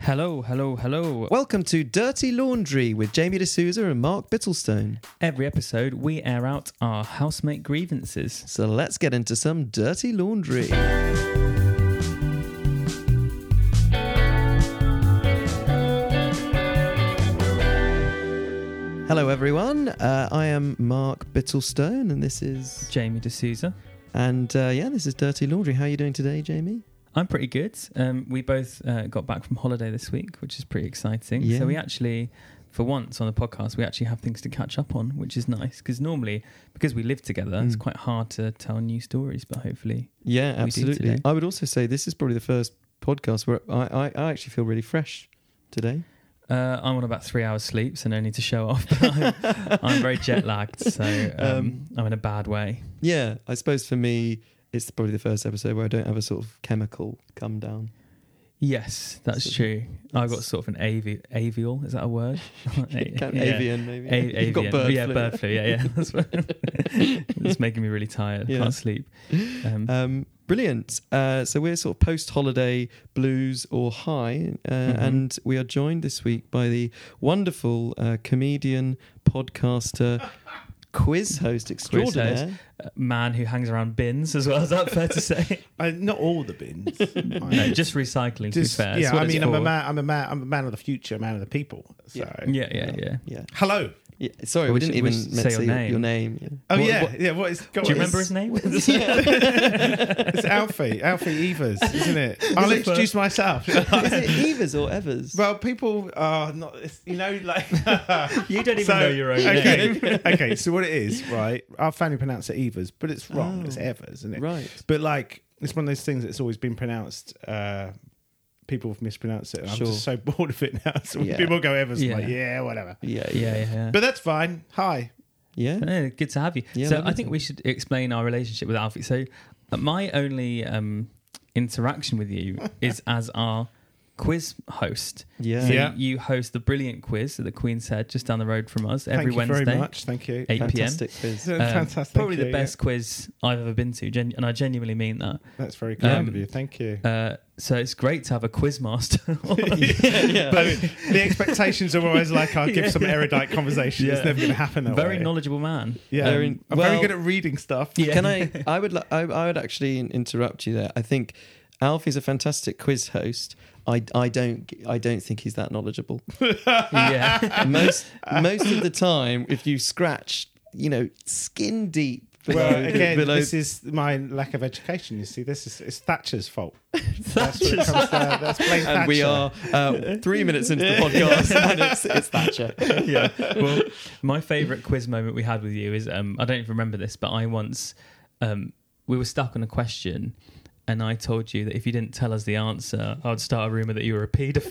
Hello, hello, hello. Welcome to Dirty Laundry with Jamie D'Souza and Mark Bittlestone. Every episode, we air out our housemate grievances. So let's get into some dirty laundry. Hello, everyone. Uh, I am Mark Bittlestone, and this is Jamie D'Souza. and uh, yeah, this is Dirty Laundry. How are you doing today, Jamie? I'm pretty good. Um, we both uh, got back from holiday this week, which is pretty exciting. Yeah. So we actually, for once on the podcast, we actually have things to catch up on, which is nice because normally, because we live together, it's Mm. quite hard to tell new stories. But hopefully, Yeah, We do today. absolutely. I would also say this is probably the first podcast where I, I, I actually feel really fresh today. uh, I'm on about three hours sleep, so no need to show off. But I'm, I'm very jet lagged, so um, Um, I'm in a bad way. Yeah, I suppose for me, it's probably the first episode where I don't have a sort of chemical come down. Yes, that's So true. I got that's- sort of an avi- avial. Is that a word? Can- Yeah. Avian, maybe. A- avian. You've got bird yeah, flu. bird flu. Yeah, yeah. That's what- it's making me really tired. Yeah. Can't sleep. Um, Um, brilliant. Uh, so we're sort of post-holiday blues or high, uh, Mhm. and we are joined this week by the wonderful uh, comedian, podcaster, quiz host extraordinaire. a man who hangs around bins as well. Is that fair to say? I, Uh, not all the bins. no, just recycling. Just- to be fair. It's yeah. what I it's mean, I'm a for. man. I'm a man. I'm a man of the future. A man of the people. So. Yeah, yeah, yeah. Yeah. Hello. yeah. Sorry, We we, didn't should- we even should say, say your name. your name. Yeah. Oh What- yeah, what- yeah. What is? God, Do you remember his name? It's Alfie. Alfie Evers, isn't it? I'll it introduce myself. is it Evers or Evers? well, people are not. it's- You know, like you don't even So, know your own name. okay, okay. So what it is, right? Our family pronounce it Evers, but it's wrong. Oh. It's Evers, isn't it? right. But like, it's one of those things that's always been pronounced. Uh, people have mispronounced it. I'm Sure. just so bored of it now. So when Yeah. people go ever, Yeah. yeah. like, yeah, whatever. Yeah, yeah, Yeah, yeah, yeah. But that's fine. Hi. yeah. Yeah, good to have you. Yeah, so lovely I think to- we should explain our relationship with Alfie. So uh, my only um, interaction with you is as our quiz host. Yeah. So Yeah. you host the brilliant quiz that the Queen said just down the road from us every Thank you Wednesday, very much. Thank you. eight pm. Fantastic quiz. Um, Um, Fantastic. Probably Thank the you. best quiz I've ever been to, gen- and I genuinely mean that. That's very kind Um, of you. Thank you. Uh, so it's great to have a quiz master. yeah. But the expectations are always like I'll give Yeah, some erudite conversation. Yeah. It's never going to happen. That very way. knowledgeable man. Yeah, Very- I'm well- very good at reading stuff. Yeah. Can I? I would. li- I, I would actually in- interrupt you there. I think Alfie's a fantastic quiz host. I, I don't I don't think he's that knowledgeable. yeah. Most most of the time, if you scratch, you know, skin deep. Below, Well, again, below- this is my lack of education. You see, this is it's Thatcher's fault. That's what it comes down. That's blame Thatcher. and we are uh, three minutes into the podcast, and it's, it's Thatcher. yeah. Well, my favourite quiz moment we had with you is um, I don't even remember this, but I once um, we were stuck on a question, and I told you that if you didn't tell us the answer, I would start a rumor that you were a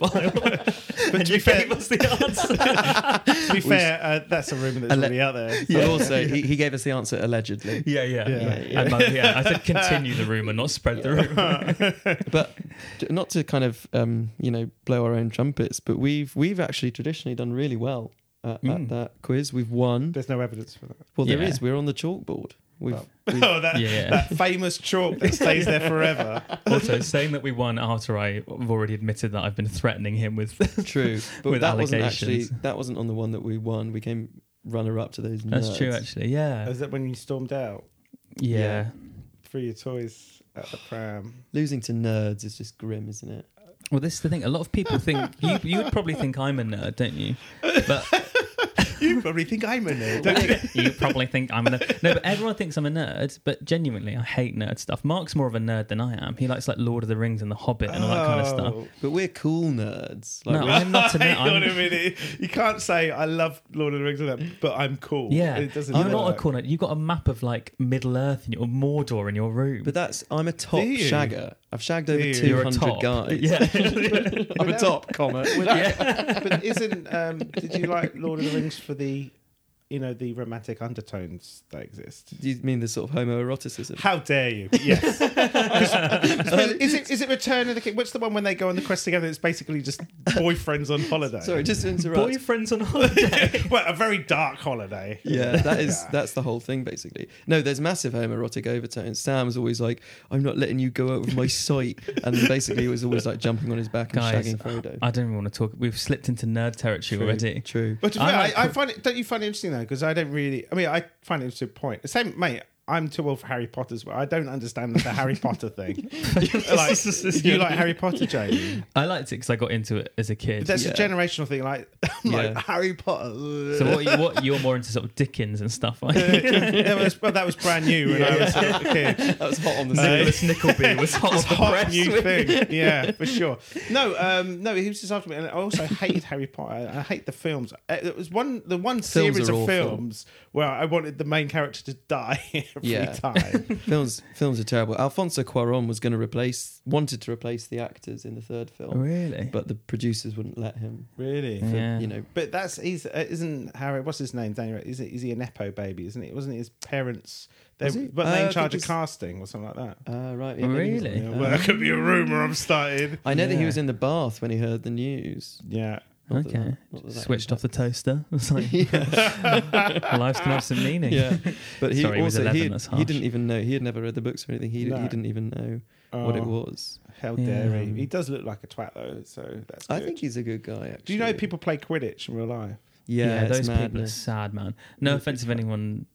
paedophile. But and to you be fair, gave us the answer. to be fair uh, that's a rumor that's Ele- already out there. But also, He, he gave us the answer allegedly. yeah, yeah, Yeah, yeah. And, my- yeah, I said continue the rumor, not spread the rumor. but d- not to kind of um, you know blow our own trumpets, but we've we've actually traditionally done really well at, Mm. at that quiz. We've won. There's no evidence for that. Well, there Yeah. is. We're on the chalkboard. We've, Well. we've Oh, that, Yeah. that famous chalk that stays there forever. also, saying that we won after I've already admitted that I've been threatening him with. true, but With that wasn't actually allegations. that wasn't on the one that we won. We came runner up to those. That's nerds. true, actually. Yeah. Is that when you stormed out? yeah. Threw your toys at the pram. Losing to nerds is just grim, isn't it? Well, this is the thing. A lot of people think you, you would probably think I'm a nerd, don't you? But You probably think I'm a nerd. don't you? you probably think I'm a nerd. No, but everyone thinks I'm a nerd, but genuinely, I hate nerd stuff. Mark's more of a nerd than I am. He likes like Lord of the Rings and The Hobbit and all that kind of stuff. Oh. But we're cool nerds. No, we- I'm not a nerd. Hang on a I'm, minute. You can't say I love Lord of the Rings, and that, but I'm cool. yeah, it doesn't. you're work. not a cool nerd. You've got a map of like Middle Earth and your Mordor in your room. but that's I'm a top Do you? shagger. I've shagged over Do you? two You're you're a hundred top. guys. Yeah. I'm a top, comma. Without- But isn't? Um, did you like Lord of the Rings for the you know the romantic undertones that exist. Do you mean the sort of homoeroticism? How dare you? Yes. 'Cause- is it is it Return of the King? What's the one when they go on the quest together? It's basically just boyfriends on holiday. Sorry, just to interrupt. Boyfriends on holiday. well, a very dark holiday. yeah, that is Yeah. that's the whole thing basically. No, there's massive homoerotic overtones. Sam's always like, "I'm not letting you go out of my sight," and basically he was always like jumping on his back and Guys, shagging Frodo. I don't even want to talk. We've slipped into nerd territory True, already. True. But to be I fair, I, like- I find it. Don't you find it interesting though? Because I don't really. I mean, I find it interesting point. The Same, mate. I'm too old for Harry Potter's, but I don't understand the Harry Potter thing. like, you like Harry Potter, Jamie? I liked it because I got into it as a But kid. that's Yeah. a generational thing. Like, I'm Yeah. like Harry Potter. ugh. So what? You, what you're more into sort of Dickens and stuff, aren't you? that, was, well, that was brand new when I was a kid. That was hot on the scene. Nicholas Nickleby was hot off the hot press. new thing. Yeah, for sure. No, um, no, he was just after me, and I also hated Harry Potter. I hate the films. Uh, It was one the one Films series are of awful. films where I wanted the main character to die every Yeah. time. films films are terrible. Alfonso Cuarón was going to replace wanted to replace the actors in the third film, Oh, Really? but the producers wouldn't let him. Really. For, Yeah. You know, But that's he's uh, isn't Harry? What's his name? Daniel? Is it is he a nepo baby? Isn't it? Wasn't it his parents? They, Was he? but Uh, I they in think charge of it's- casting or something like that. uh, right. yeah, maybe he's- Oh, Really? Yeah, well, that could be a rumor I'm starting. I know that he Yeah. was in the bath when he heard the news. Yeah. Not that okay. that- not that that Switched off the toaster. It's like life's gonna have some meaning. yeah, but he Sorry, he was also 11, he, had- that's he harsh. didn't even know he had never read the books or anything. He, No. he didn't even know what it was. Oh, How Yeah. dare he? He does look like a twat though, so that's. I good. think he's a good guy. Actually. Do you know people play Quidditch in real life? Yeah, it's those people are madness. sad, man. No offense if anyone.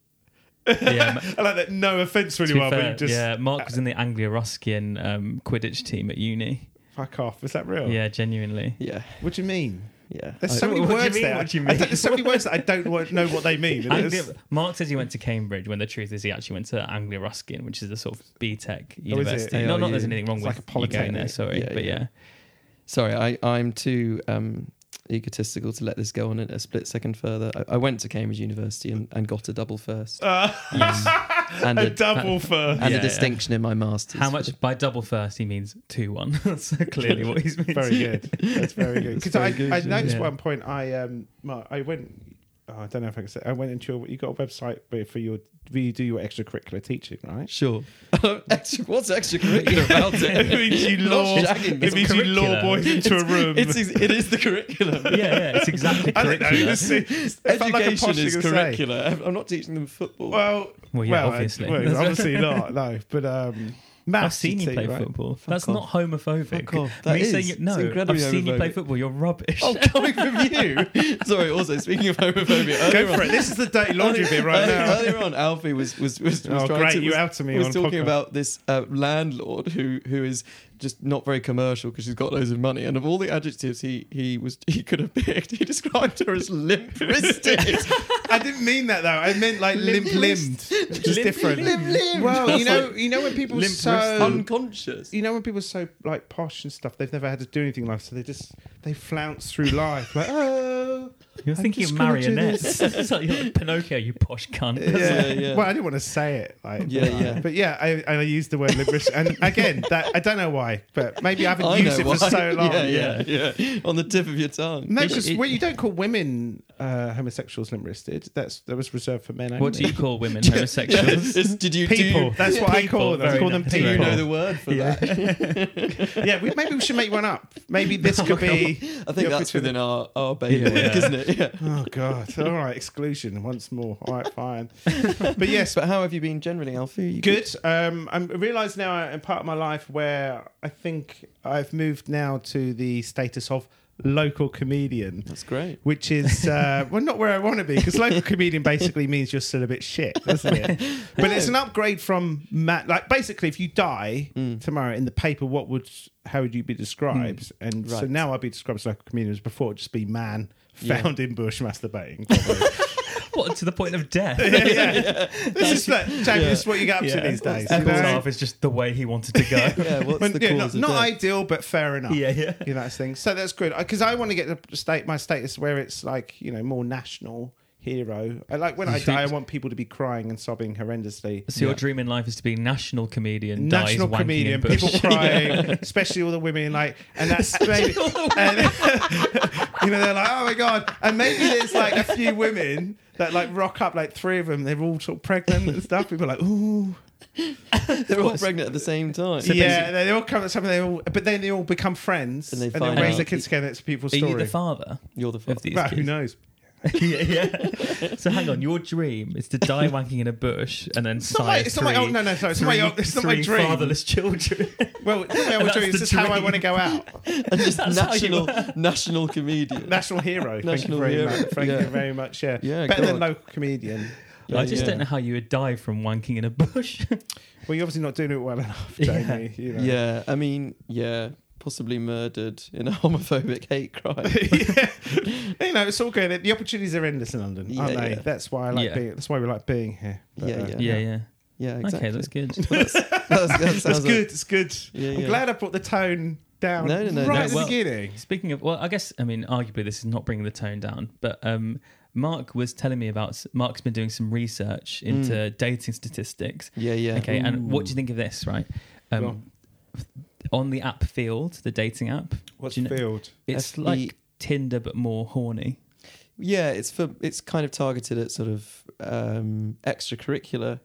Yeah, ma- I like that. No offense to to be anyone, but fair, you just yeah. Mark was in the Anglia Ruskin um, Quidditch team at uni. fuck off. Is that real? Yeah, genuinely. Yeah, What do you mean? yeah. There's I- so many what do you words mean, there. what do you I mean? don't- there's so many words that I don't wa- know what they mean. and it's- Anglia, Mark says he went to Cambridge when the truth is he actually went to Anglia Ruskin, which is the sort of B Tech university. ARU. No, not there's anything wrong Oh, It's with like a you going there. polytechnic. Sorry, Yeah, but yeah. yeah. Sorry, I, I'm too um, egotistical to let this go on a a split second further. I, I went to Cambridge University and, and got a double first Uh, and a a, double for and Yeah, a yeah. distinction in my master's. Um, How much by double first he means two one. That's clearly what he's meaning. very good. That's very good. Because very I, good, I yeah. noticed Yeah. one point I um my- I went. Oh, I don't know if I can say. I went into your. You got a website where for your where you do your extracurricular teaching, right? Sure. Extra- Oh, What's extracurricular about it it? means you Not law. shagging, It it's means you law curricular. boys into a room. It's, it is the curriculum. Yeah, yeah, it's exactly I don't know. curricular. This is, it felt like a Education posh is thing to say. curricular. I'm not teaching them football. Well, Well, yeah, well, obviously. I- well, obviously not. No, but um, maths, I've seen you think, play right? football. That's off. not homophobic. Fuck off. That Me is. saying you, It's no, I've incredibly seen you play homophobic. football. You're rubbish. Oh, coming from you. Sorry. Also, speaking of homophobia, Go earlier for on- it. This is the dirty laundry bit right earlier, now. earlier on, Alfie was was was, was Oh, trying great, to you was, out to me was on talking podcast. about this uh, landlord who who is just not very commercial because she's got loads of money. And of all the adjectives he he was he could have picked, he described her as limp wristed. I didn't mean that though. I meant like limp limbed, which is Limp different. Limp-limbed. Well, you I was know, you know when people Limp so. unconscious. You know when people are so like posh and stuff, they've never had to do anything in life, so they just they flounce through life like oh. You're I thinking just of wanna do marionettes. it's like you're like Pinocchio, you posh cunt. Yeah. yeah. Well, I didn't want to say it. Like, Yeah, yeah. But yeah, I, and I used the word limbish, and again, that I don't know why, but maybe I haven't I know used it why. for so long. Yeah, yeah, yeah. On the tip of your tongue. No, It- because it- well, you don't call women uh, homosexuals limp wristed. That's that was reserved for men. Only. What do you call women yeah, homosexuals? it's- it's- did you do you- People. That's what I call them. I Very call them nice. Do you People. know the word for that? yeah, we, maybe we should make one up. Maybe this could be. I think Yeah, that's between- within our our bailiwick, Yeah. isn't it? Yeah. Oh God! All right, exclusion once more. All right, fine. But yes, But how have you been generally, Alfie? You good. Um, I'm realised now I'm part of my life where I think I've moved now to the status of local comedian. That's great. which is uh, well not where I want to be because local comedian basically means you're still a bit shit, doesn't it? But it's an upgrade from Matt. Like basically, if you die Mm. tomorrow in the paper, what would how would you be described? And so Right. now I'd be described as local comedian. Whereas before, it'd just be man Yeah. found in bush masturbating. probably. what to the point of death? yeah, yeah. This is like, Jamie, this is what you get up to these days. you Apple's know? laugh is just the way he wanted to go. Yeah, what's When- the yeah, cause not of not death? ideal, but fair enough. yeah, yeah. you know, that's thing. So that's good because I want to get the state my status where it's like you know more national hero. I like when I die, I want people to be crying and sobbing horrendously. So your dream in life is to be national comedian, National dies wanking comedian, in bush. people crying, especially all the women. Like, and that's maybe, and, You know, they're like, oh my god. And maybe there's like a few women that like rock up, like three of them. They're all sort of pregnant and stuff. People are like, ooh, They're all pregnant at the same time. yeah. They, they all come at something. They all, but then they all become friends And they and they, find raise out- their kids together. It's people's Are story. you the father You're the father. of these Well, who kids? knows? yeah, yeah. So hang on, your dream is to die wanking in a bush and then It's not, my, sire it's not my. three- Oh no, no, sorry. It's three- not my. It's not my three dream. fatherless children. Well, it's not my That's dream. It's the just how I dream. want to go out. And just That's how you national, national comedian. National hero. Thank National you very hero, much. Thank yeah. you very much. Yeah. Yeah, Better than God. local comedian. I just Yeah. don't know how you would die from wanking in a bush. Well, you're obviously not doing it well enough, Yeah. Jamie. You know. Yeah, I mean, yeah, possibly murdered in a homophobic hate crime. yeah. You know, it's all good. The opportunities are endless in London, aren't Yeah, they? yeah. That's why I like Yeah. being. That's why we like being here. Yeah, uh, yeah. yeah, yeah. Yeah, exactly. Okay, that's good. That's, that's, that sounds That's like- good. It's good. Yeah, I'm yeah. glad I brought the tone down No, no, no, right no, at the well- beginning. Speaking of, well, I guess I mean, arguably this is not bringing the tone down, but um, Mark was telling me about. Mark's been doing some research into Mm. dating statistics. yeah, yeah. Okay, and what do you think of this? Right, um, Go on. on. the app Field, the dating app, What's do you know- field? it's F E- like Tinder but more horny. Yeah, it's for it's kind of targeted at sort of um, extracurricular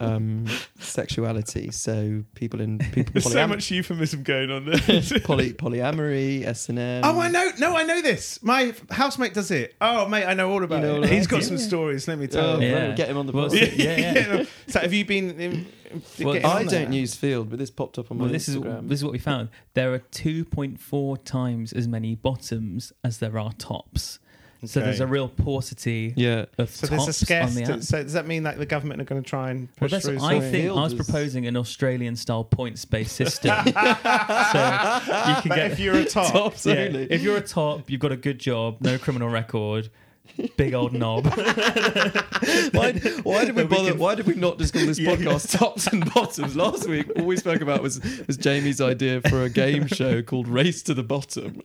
um, sexuality. So people in people There's so polyam- much euphemism going on there. poly, polyamory, S and M. Oh, I know. No, I know this. My housemate does it. Oh, mate, I know all about You know it. all about He's got it. some Yeah. stories. Let me tell Oh, you. Yeah. Get him on the Well, bus. yeah. So, have you been? In, Well, getting I on there? don't use Field, but this popped up on my Well, this is Instagram. this is what we found. There are 2.4 times as many bottoms as there are tops. So Okay. there's a real paucity yeah, of So tops there's a scarce. on the app. so does that mean that the government are going to try and Well, push that's, through? I something? think I was Fielders. proposing an Australian-style points-based system. so you can But get if you're a top, tops yeah, only. if you're a top, you've got a good job, no criminal record, big old knob. Why, why did we We bother? can- why did we not just call this podcast tops and bottoms? Last week, all we spoke about was was Jamie's idea for a game show called Race to the Bottom.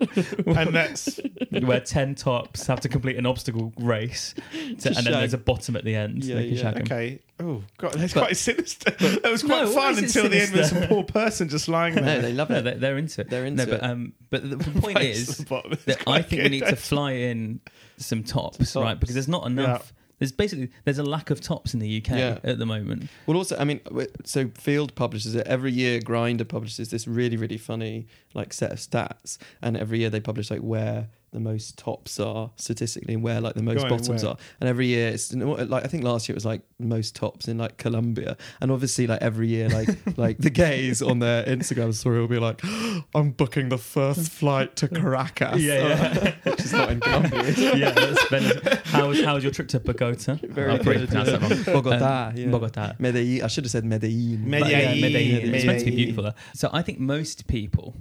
and that's where 10 tops have to complete an obstacle race to- and To then shag. there's a bottom at the end Yeah, they can yeah. shag 'em. okay. Oh God, that's But- quite sinister. That was quite No, why fun is it until the end with sinister? some poor person just lying No, there. they love no, it. they're, they're into it They're no, into but, it. um, but the point Face is the bottom. It's that I quite think we good. need to fly in some tops, Some right? tops. Because there's not enough. There's basically there's a lack of tops in the UK Yeah. at the moment. Well, also, I mean, w- so Field publishes it every year. Grinder publishes this really, really funny like set of stats, and every year they publish like where the most tops are statistically and where like the most Go on, bottoms where? are. And every year it's like I think last year it was like most tops in like Colombia, and obviously like every year like like the gays on their Instagram story will be like, "I'm booking the first flight to Caracas," yeah, which is not in Colombia. yeah. that's Venezuela. how was how was your trip to Bogota? Very I've already good, pronounced yeah. that wrong. Um, Bogota, yeah. Bogota. Medellin. I should have said Medellin. But, yeah, Medellin, Medellin. It's meant to be Um, Medellin. beautiful. there. So I think most people,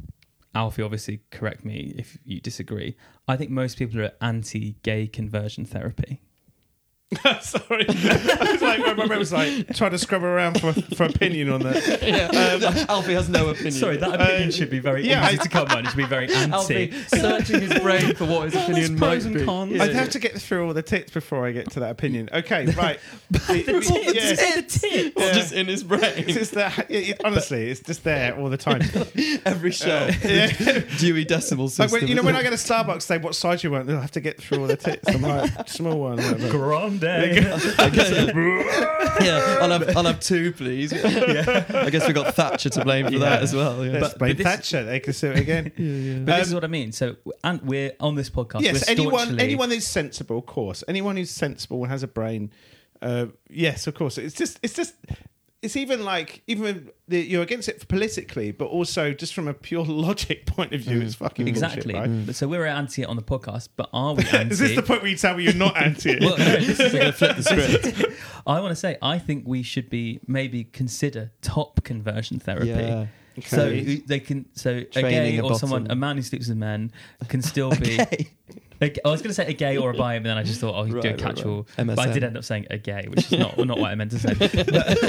Alfie, obviously correct me if you disagree. I think most people are anti-gay conversion therapy. Sorry, I was like, my brain was like trying to scrub around for for opinion on that. yeah. Alfie has no opinion. Sorry, that opinion opinion Uh, should be very yeah, easy easy I- to come on. It should be very anti. Alfie searching his brain for what his Well, there's opinion might pros and be. cons. I'd have to get through all the tips before I get to that opinion. Okay, right. Or Yeah. Yeah. just in his It's brain. just that, it, it- honestly, it's just there all the time. Every show. Yeah. Dewey Decimal Like System. when, you know, when I go to Starbucks, say what size you want, they'll have to get through all the tits. I'm like, small one. whatever. Grande. I guess, yeah, I'll have, I'll have two, please. I guess we got Thatcher to blame for that as well. Yeah. Let's But- blame but this- Thatcher. They can see it again. Um, But this is what I mean. So, and we're on this podcast. yes, we're anyone, staunchly- anyone who's sensible, of course. Anyone who's sensible and has a brain, uh, yes, of course. It's just, it's just, it's even like even the, you're against it politically, but also just from a pure logic point of view, Mm. it's fucking bullshit, Exactly. Mm. right? But So we're anti it on the podcast, but are we anti? Is this the point where you tell me you're not anti it? well, no, this is We're gonna flip the script. I want to say I think we should be maybe consider top conversion therapy. Yeah. So Okay. they can so a Training gay a or someone bottom. a man who sleeps with men can still be. Okay. a g- I was going to say a gay or a bi, but then I just thought I'll Right, do a right, catch-all. right. But I MSM. did end up saying a gay, which is not not what I meant to say.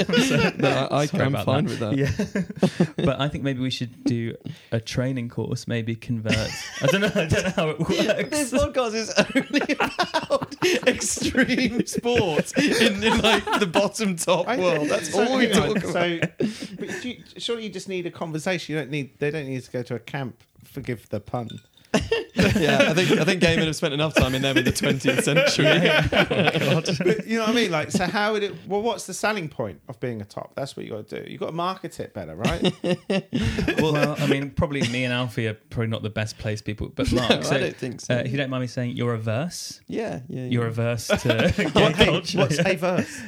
No, I, I, Sorry I'm about fine that. with that. Yeah. but I think maybe we should do a training course, maybe convert. I don't know, I don't know how it works. This podcast is only about extreme sports in, in like the bottom top I- world. That's so all we hang on, talk about. So, but do you, surely you just need a conversation. You don't need. They don't need to go to a camp. Forgive the pun. yeah, I think I think gay men have spent enough time in them in the 20th century. But you know what I mean? Like, so how would it? Well, what's the selling point of being a top? That's what you got to do. You got to market it better, right? well, I mean, probably me and Alfie are probably not the best placed people, but Mark, No, so, I don't think so. uh, if you don't mind me saying, you're averse. yeah, yeah, yeah. You're averse to gay What- hey, culture. what's a verse?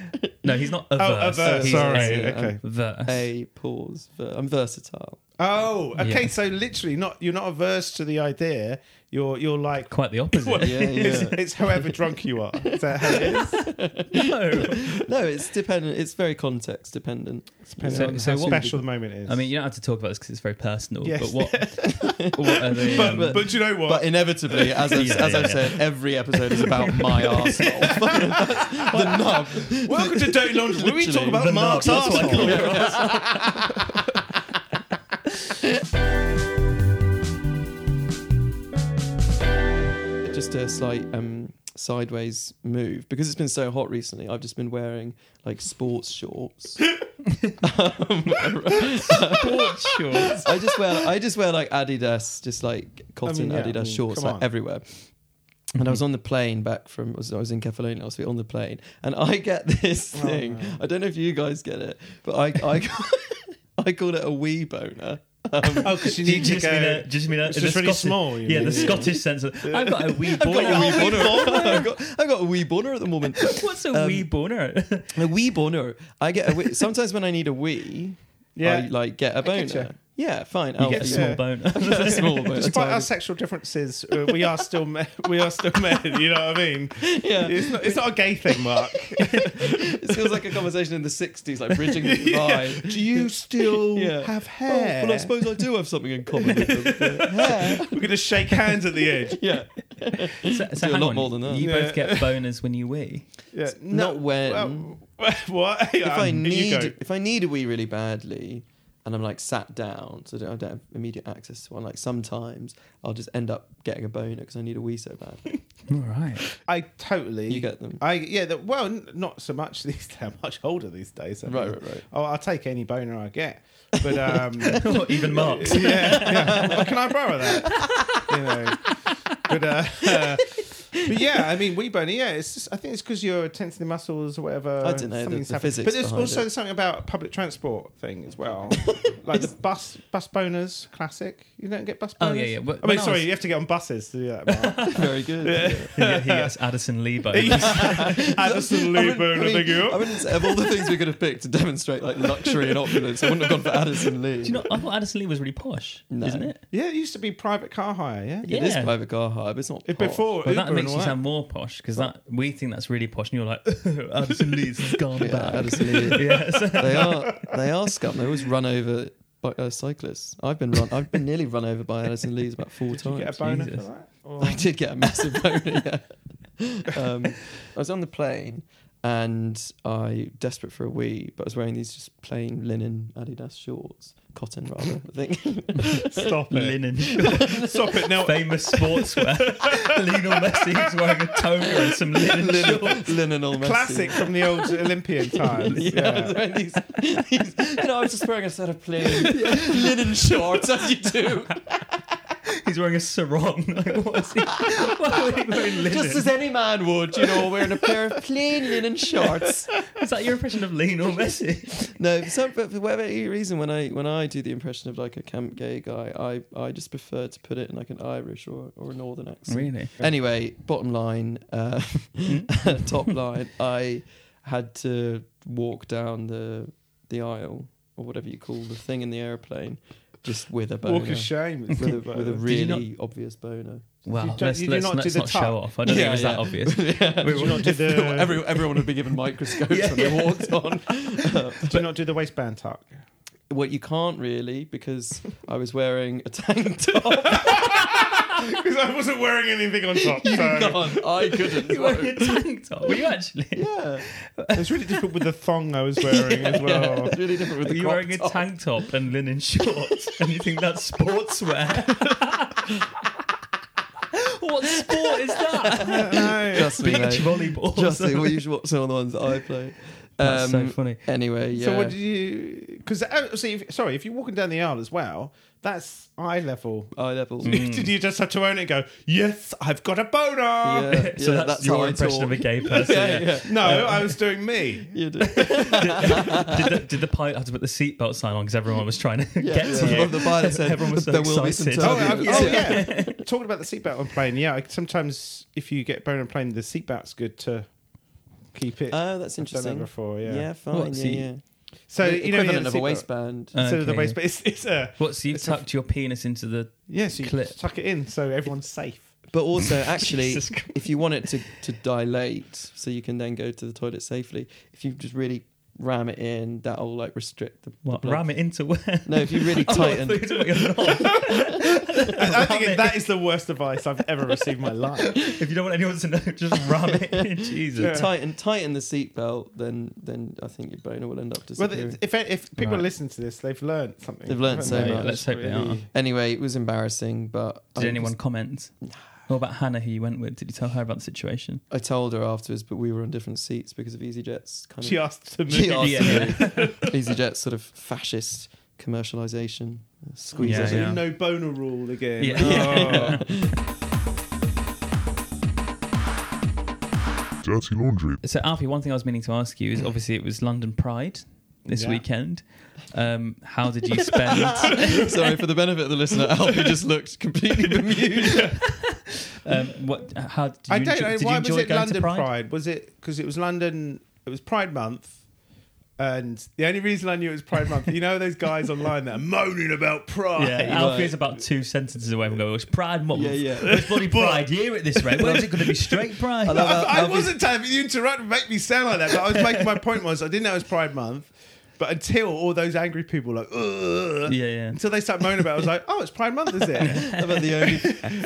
No, he's not averse. Oh, averse, He's sorry, it's okay. Verse. a pause. Ver- I'm versatile. Oh, okay. Yeah. So literally, not you're not averse to the idea. You're you're like Quite the opposite. Yeah, it's, yeah. it's however drunk you are. Is that how it no. is? no, it's dependent. It's very context dependent. Depending So- on so how what- special the moment is. I mean, you don't have to talk about this because it's very personal. Yes. But what, what are the, um, but, but you know what? But inevitably, as I've, Yeah, as I've yeah, said, every episode is about my arsehole. the knob. Welcome to Dirty Laundry. where we talk Literally. about The Mark's knob, that's what I arsehole. call it. Just a slight um, sideways move because it's been so hot recently. I've just been wearing like sports shorts. Sports shorts. I just wear I just wear like Adidas, just like cotton I mean, yeah, Adidas I mean, shorts, come like on. everywhere. And I was on the plane back from I was, I was in Kefalonia last week on the plane, and I get this Oh, thing. no. I don't know if you guys get it, but I I, I call it a wee boner. Um, Oh, because you Do you need to just mean go. a, do you just mean a, It's the just really Scottish- small, you Yeah, mean, the yeah. Scottish sense of I've got a wee Oh, I've got boner. a wee boner. I've, got, I've got a wee boner at the moment. What's a wee Um, boner? A wee boner. I get a wee, sometimes when I need a wee, Yeah. I like get a I getcha. boner. Yeah, fine. You I'll get a be- small oh, yeah. boner. a small boner. Despite our sexual differences, uh, we are still me- we are still men. You know what I mean? Yeah. It's not, it's not a gay thing, Mark. It feels like a conversation in the 60s, like bridging the divide. Do you still Yeah. have Oh, hair? well, I suppose I do have something in common with them. Yeah. Hair. We're going to shake hands at the edge. Yeah. So, so a hang lot on, more than that. You Yeah. both get boners when you wee. Yeah. Not when. Well, what? If if I um, you go. need if I need a wee really badly and I'm like sat down, so I don't, I don't have immediate access to one, like sometimes I'll just end up getting a boner because I need a wee so bad. All right. I totally. You get them. I yeah. The, well, n- not so much these days. I'm much older these days. I Right, mean. right, right. Oh, I'll take any boner I get. But um, Even marked. yeah, yeah. Well, can I borrow that? You know. But, uh, but yeah, I mean, we boner. Yeah, it's just, I think it's because you're tensing the muscles or whatever. I don't know, the- something's the happening. physics But there's behind also it. something about public transport thing as well, like the bus bus boners classic. You don't get bus boners. Oh, yeah, yeah. But I mean, when I sorry, was- you have to get on buses to do that. Mark. Very good. Yeah. He, get- he gets Addison Lee boners. Addison Lee Boner, I, thank mean, I you. wouldn't say, of all the things we could have picked to demonstrate like luxury and opulence, I wouldn't have gone for Addison Lee. Do you know? I thought Addison Lee was really posh, No. isn't it? Yeah, it used to be private car hire, yeah? Yeah. It is private car hire, but it's not. It- posh. Before Well, Uber that makes and you all sound more posh because that we think that's really posh, and you're like, Addison Lee's has gone Yeah, back. Addison Lee. Yeah, so- they are they are scum. They always run over by uh, cyclists. I've been run. I've been nearly run over by Addison Lee's about four that. times. Get a boner Jesus. for that? Or- I did get a massive boner. yeah. um, I was on the plane and I desperate for a wee, but I was wearing these just plain linen Adidas shorts, cotton rather. I think. Stop it. linen, Stop it now. famous sportswear. Lionel Messi is wearing a toga and some linen, shorts. linen, linen all messy. Classic from the old Olympian times. Yeah, I was Yeah. wearing these, these, you know, I was just wearing a set of plain linen shorts, as you do. He's wearing a sarong. Like, what is he? Why would he be wearing linen? Just as any man would, you know, wearing a pair of plain linen shorts. Is that your impression of Lionel Messi? No, for some, but for whatever reason, when I when I do the impression of like a camp gay guy, I, I just prefer to put it in like an Irish or, or a Northern accent. Really? Anyway, bottom line, uh, Hmm? top line, I had to walk down the the aisle or whatever you call the thing in the airplane, just with a boner, Walk of shame. with, a, with a you not- really obvious boner. Wow, You don't- let's, you do let's not not, do let's the not tuck. show off. I don't think it was that obvious. yeah. We were- do you not do the, Every, everyone would be given microscopes Yeah, when they walked on. do you not do the waistband tuck? Well, you can't really because I was wearing a tank top. Because I wasn't wearing anything on top. So. can't. I couldn't. you were wearing a tank top. Were you actually? yeah, It was really difficult with the thong I was wearing as well. it's really different with Are the you crop wearing a top. tank top and linen shorts? and you think that's sportswear? what sport is that? I don't know. Just me, Beach mate. volleyball. Just me. Well, you should watch some of the ones that I play. Um, That's so funny. Anyway, yeah. So what did you? because see, if, sorry, if you're walking down the aisle as well, that's eye level. Eye level. you just have to own it and go, yes, I've got a boner? Yeah, yeah, so that's, how your I impression talk. of a gay person. Yeah, yeah. yeah. No, I was doing me. You do. Ah, did, the, did the pilot have to put the seatbelt sign on because everyone was trying to Yeah, get yeah. to you? Well, the pilot said Everyone was so there will be some excited. turbulence. Oh, I- oh, Yeah. yeah. Talking about the seatbelt on plane, yeah. I, sometimes if you get boner on plane, the seatbelt's good to keep it. Oh, that's I've done that interesting. before, yeah. Yeah, fine. What, so yeah, you- yeah. So The you know, equivalent yeah, of the a seatbelt- waistband. Uh, So the Okay. waist, but it's it's a What, so you've It's a- tucked your penis into the. yeah. So you Clip. tuck it in, so everyone's safe. But also, actually, Jesus Christ. if you want it to, to dilate so you can then go to the toilet safely, if you just really ram it in, that'll like restrict the. What, the blood. ram it into where? No, if you really Oh, I tighten. thought you were talking about your knob. I, I think that is the worst advice I've ever received in my life. if you don't want anyone to know, just ram it in. Jesus. Yeah. Tighten, tighten the seatbelt, then then I think your boner will end up Well, disappearing. th- if if people Right. listen to this, they've learned something. They've learned haven't so they? much. Let's hope they Really- anyway, it was embarrassing, but Did Oh, I was- anyone comment? What about Hannah, who you went with? Did you tell her about the situation? I told her afterwards, but we were on different seats because of EasyJet's kind She of asked to move. She asked Yeah. EasyJet's sort of fascist commercialization. Squeeze Yeah, us So yeah. No boner rule again. Yeah. Oh. Dirty Laundry. So, Alfie, one thing I was meaning to ask you is obviously it was London Pride this Mm. Yeah. weekend. Um, how did you spend? Sorry, for the benefit of the listener, Alfie just looked completely bemused. um, what? How did you I don't enjoy, know. did you Why enjoy was it going London to Pride? Pride? Was it because it was London? It was Pride Month, and the only reason I knew it was Pride Month, you know, those guys online that are moaning about Pride. Yeah, Alfie is about two sentences away from going. It's Pride Month. Yeah, yeah. It's bloody Pride year at this rate. When's it going to be straight Pride? I love I, Uh, I Alfie- wasn't telling you interrupt and make me sound like that, but I was making my point was I didn't know it was Pride Month, but until all those angry people like Ugh, Yeah, yeah. until they start moaning about, it, I was like, oh, it's Pride Month, is it? About the only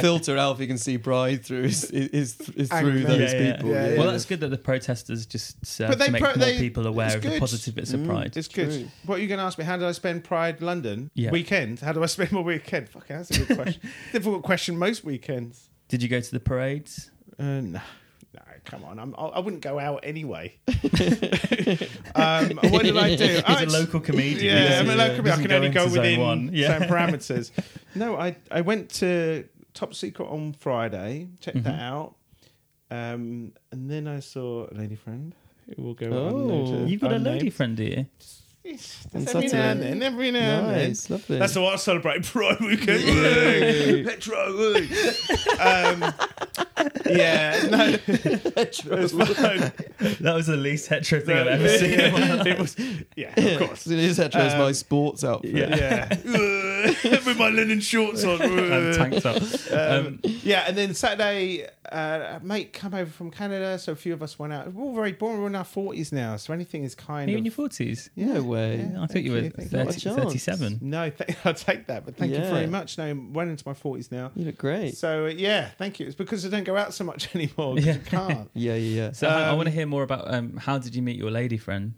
filter Alfie can see pride through is, is, is through Angry. those Yeah, yeah. people. Yeah, yeah. Well, that's good that the protesters just serve But they to make pro- more they- people it's aware of the good. Mm. positive bits of Pride. It's good. True. What are you going to ask me? How did I spend Pride London Yeah. weekend? How do I spend my weekend? Fuck, that's a good question. Difficult question most weekends. Did you go to the parades? Uh, no. No, come on. I'm, I I wouldn't go out anyway. um, what did I do? He's a local comedian. He Yeah, doesn't- I'm a local. I doesn't can only into go zone within one. Yeah. certain parameters. no, I I went to Top Secret on Friday. Checked that Mm-hmm. out, um, and then I saw a lady friend who will go. Oh. on You've got a lady unnamed. friend, do you? Yes, On Every now Saturday. and then, every now and then. Nice, lovely. That's what I celebrate Pride Weekend. Yay. Woo! Petro, woo! um, yeah, no, it was fun. That was the least hetero thing I've ever seen. in my life. it was, yeah, of course. It is hetero. it's Um, my sports outfit. yeah. Yeah, with my linen shorts on. I'm tanked up. Um, yeah, and then Saturday, uh, a mate come over from Canada, so a few of us went out. We're all very born. We're in our forties now, so anything is are kind you of in your forties? No way. I thought thank you were you, thank you. 30, Not a chance. 37. no. Th- I'll take that, but thank you Yeah. very much. No, I'm well into my forties now. You look great. So uh, yeah, thank you. It's because I don't go out so much anymore. 'cause Yeah. I can't. Yeah, yeah, yeah. So I- I Um, want to hear more about um, how did you meet your lady friend?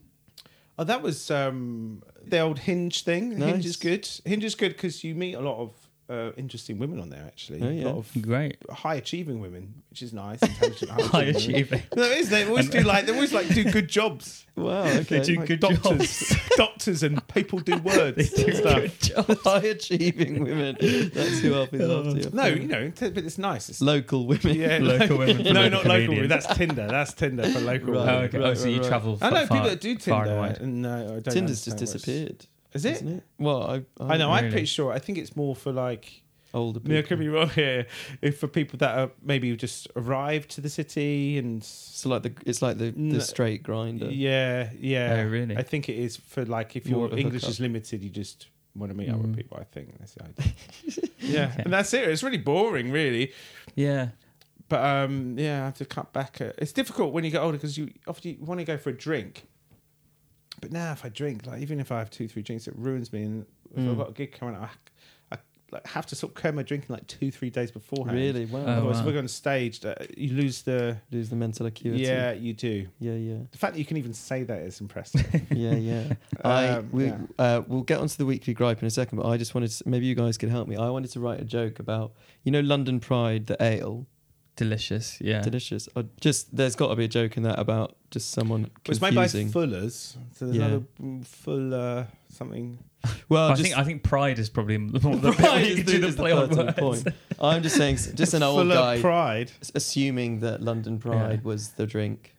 Oh, that was um, the old Hinge thing. Hinge is Nice. good. Hinge is good because you meet a lot of uh, interesting women on there. Actually, Oh, yeah. a lot of Great. high achieving woing, which is nice. intelligent, High high-achieving women. achieving. No, it is. They always do like they always like do good jobs. Wow. They Okay. do Like good jobs. doctors, doctors, and people do words and stuff. High achieving women. That's who Alfie's after. No, you know, t- but it's nice. It's Local women. yeah, Oh. Local women. for no, not local. comedians. women. That's Tinder. That's Tinder for local. Right. Oh, women. okay. Right, oh, so right, you right. travel. I know far, people that do Tinder. Far and wide. and No, I don't Tinder's just understand what's- disappeared. Is it? Isn't it? Well, I, I know. I'm Really? pretty sure. I think it's more for like. older I mean, I people. could be wrong here. If for people that are maybe who've just arrived to the city and So like the it's like the, No. the straight grinder. yeah, yeah. Oh, really? I think it is for like if More your of a English hookup. is limited, you just want to meet up Mm. with people. I think that's the idea. yeah, Okay. and that's it. It's really boring, really. Yeah. But um, yeah, I have to cut back. uh, It's difficult when you get older because you often you want to go for a drink. But now, if I drink, like even if I have two, three drinks, it ruins me. And if I've Mm. got a gig coming up, I, I like, have to sort of curb my drinking like two, three days beforehand. Really? Wow. Oh, Otherwise, wow. if we're on stage, uh, you lose the. Lose the mental acuity. Yeah, you do. Yeah, yeah, The fact that you can even say that is impressive. yeah, yeah. I Um, we yeah. uh, we'll get onto the weekly gripe in a second, but I just wanted to, maybe you guys could help me. I wanted to write a joke about you know London Pride the ale. delicious. Yeah, Delicious. Or just there's got to be a joke in that about just someone It was made by confusing. Fuller's. So there's Yeah. another mm, Fuller something. well, Oh, I just, think I think pride is probably the more the Pride bit we is could the- do the is the play on pertinent words. point. I'm just saying, s- just an old Fuller guy Pride. s- assuming that London Pride was the drink.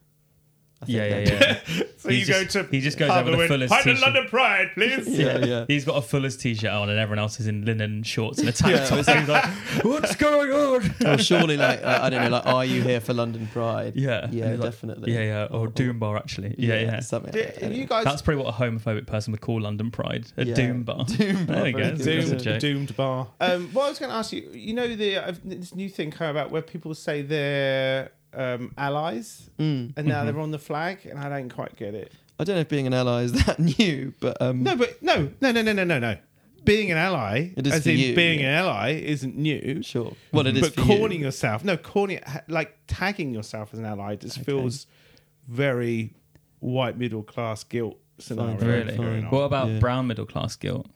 I think Yeah, yeah, that- yeah. So He you just- go to he just goes pub over and the went, Fuller's "Hide the t-shirt." London Pride, please. yeah, yeah. He's got a fuller's t-shirt on, and everyone else is in linen shorts and a tank Yeah, top. it's So he's like, "What's going on?" Or surely, like uh, I don't know, like, are you here for London Pride? Yeah, yeah, And he's like, definitely. Yeah, yeah. Or, doom bar, actually. Yeah, yeah. something. Do- Like that, have you anyway. guys That's probably what a homophobic person would call London Pride. A Yeah. doom bar. Doom There you bar, go. very Doom. good. That's a joke. doomed bar. Um, well, I was going to ask you. You know the uh, this new thing come about where people say they're um, allies Mm. and now they're on the flag, and I don't quite get it. I don't know if being an ally is that new, but um, No, but no, no, no, no, no, no, no. Being an ally, It is as for in you, being yeah. an ally, isn't new. sure. Well, it is. but for calling you. yourself no calling it ha- like tagging yourself as an ally just Okay. feels very white middle class guilt scenario. Really? going on. What about Yeah. brown middle class guilt?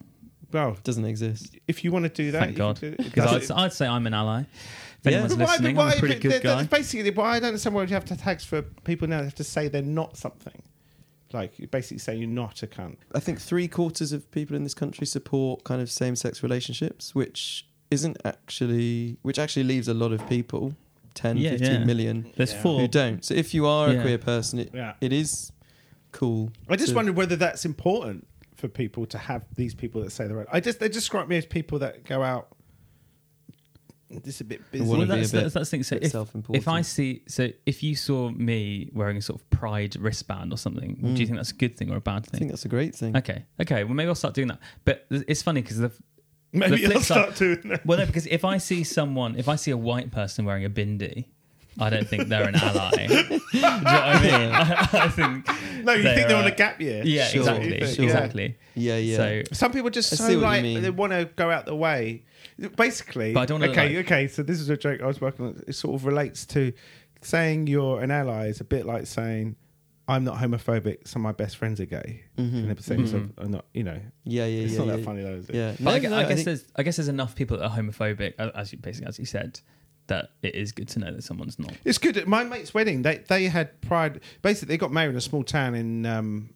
Well, doesn't exist. if you want to do that, Thank you God. can do it. Because That's- I'd, I'd say I'm an ally. If Yeah. anyone's But why- listening, but I'm why- a pretty but good that- guy. That's basically why I don't understand why you have to tags for people now. They have to say they're not something. Like you basically say you're not a cunt. I think three quarters of people in this country support kind of same-sex relationships, which isn't actually, which actually leaves a lot of people, 10, Yeah, 15 yeah. million, There's Yeah. four. who don't. So if you are Yeah. a queer person, it, Yeah. it is cool. I just to- wondered whether that's important for people to have these people that say they're. I just they just strike me as people that go out. Just a bit busy. wanna Well, be a that's, bit- that's, that's the thing. So bit if, self-important. if I see, so if you saw me wearing a sort of pride wristband or something, do you think that's a good thing or a bad I think thing? that's a great thing. Okay, okay. Well, maybe I'll start doing that. But th- it's funny because the Maybe the flip I'll start side- doing that. well, no, because if I see someone, if I see a white person wearing a bindi, I don't think they're an ally. do you know what I mean? I, think No, you think they're on uh, a gap year? Yeah, Sure, exactly, sure. Yeah. exactly. Yeah, yeah. So Some people just I so see what you like mean. they want to go out the way. Basically, But I don't wanna Okay, like- okay. So this is a joke I was working on. It sort of relates to saying you're an ally is a bit like saying I'm not homophobic. Some of my best friends are gay, and they're Mm-hmm. saying so I'm not. You know, yeah, Mm-hmm. yeah, it's yeah. not yeah, that funny though, is it? Yeah. But I, No, gue- no, I guess think- there's I guess there's enough people that are homophobic, uh, as you basically as you said, that it is good to know that someone's not. It's good. At my mate's wedding, they they had pride. Basically, they got married in a small town in um,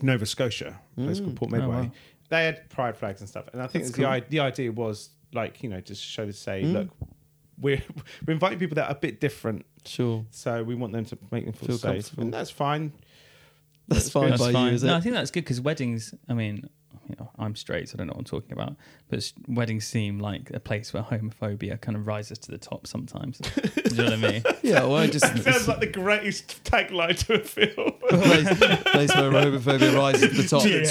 Nova Scotia, a place called Port Medway. wow. They had pride flags and stuff, and I Mm. Oh, think That's the cool. Mm. i- the idea was like you know just show to say look. We're, we're inviting people that are a bit different, Sure. so we want them to make them feel, Feel safe, comfortable. and that's fine. That's, That's fine That's by you, is No, I it? think that's good because weddings. I mean, you know, I'm straight, so I don't know what I'm talking about. But s- weddings seem like a place where homophobia kind of rises to the top sometimes. Do you know what I mean? Yeah, well, I just. Sounds like the greatest tagline to a film. place, place where homophobia rises to the top Yeah.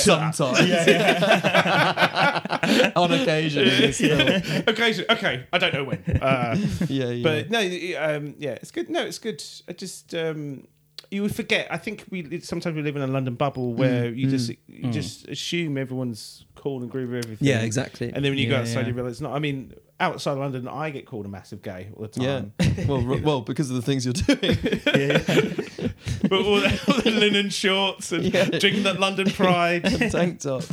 sometimes. On occasion. it is still- Yeah, okay, okay, I don't know when. Uh, yeah. But no, y- um, yeah, it's good. No, it's good. I just um, you would forget. I think we sometimes we live in a London Mm, bubble where you just you just assume everyone's cool and groovy with everything. yeah, exactly. And then when you go Yeah, outside, yeah. you realize it's not. I mean, outside London, I get called a massive gay all the Yeah. time. Well, r- well, because of the things you're doing. but all the, all the linen shorts and Yeah. drinking that London pride. Tank top.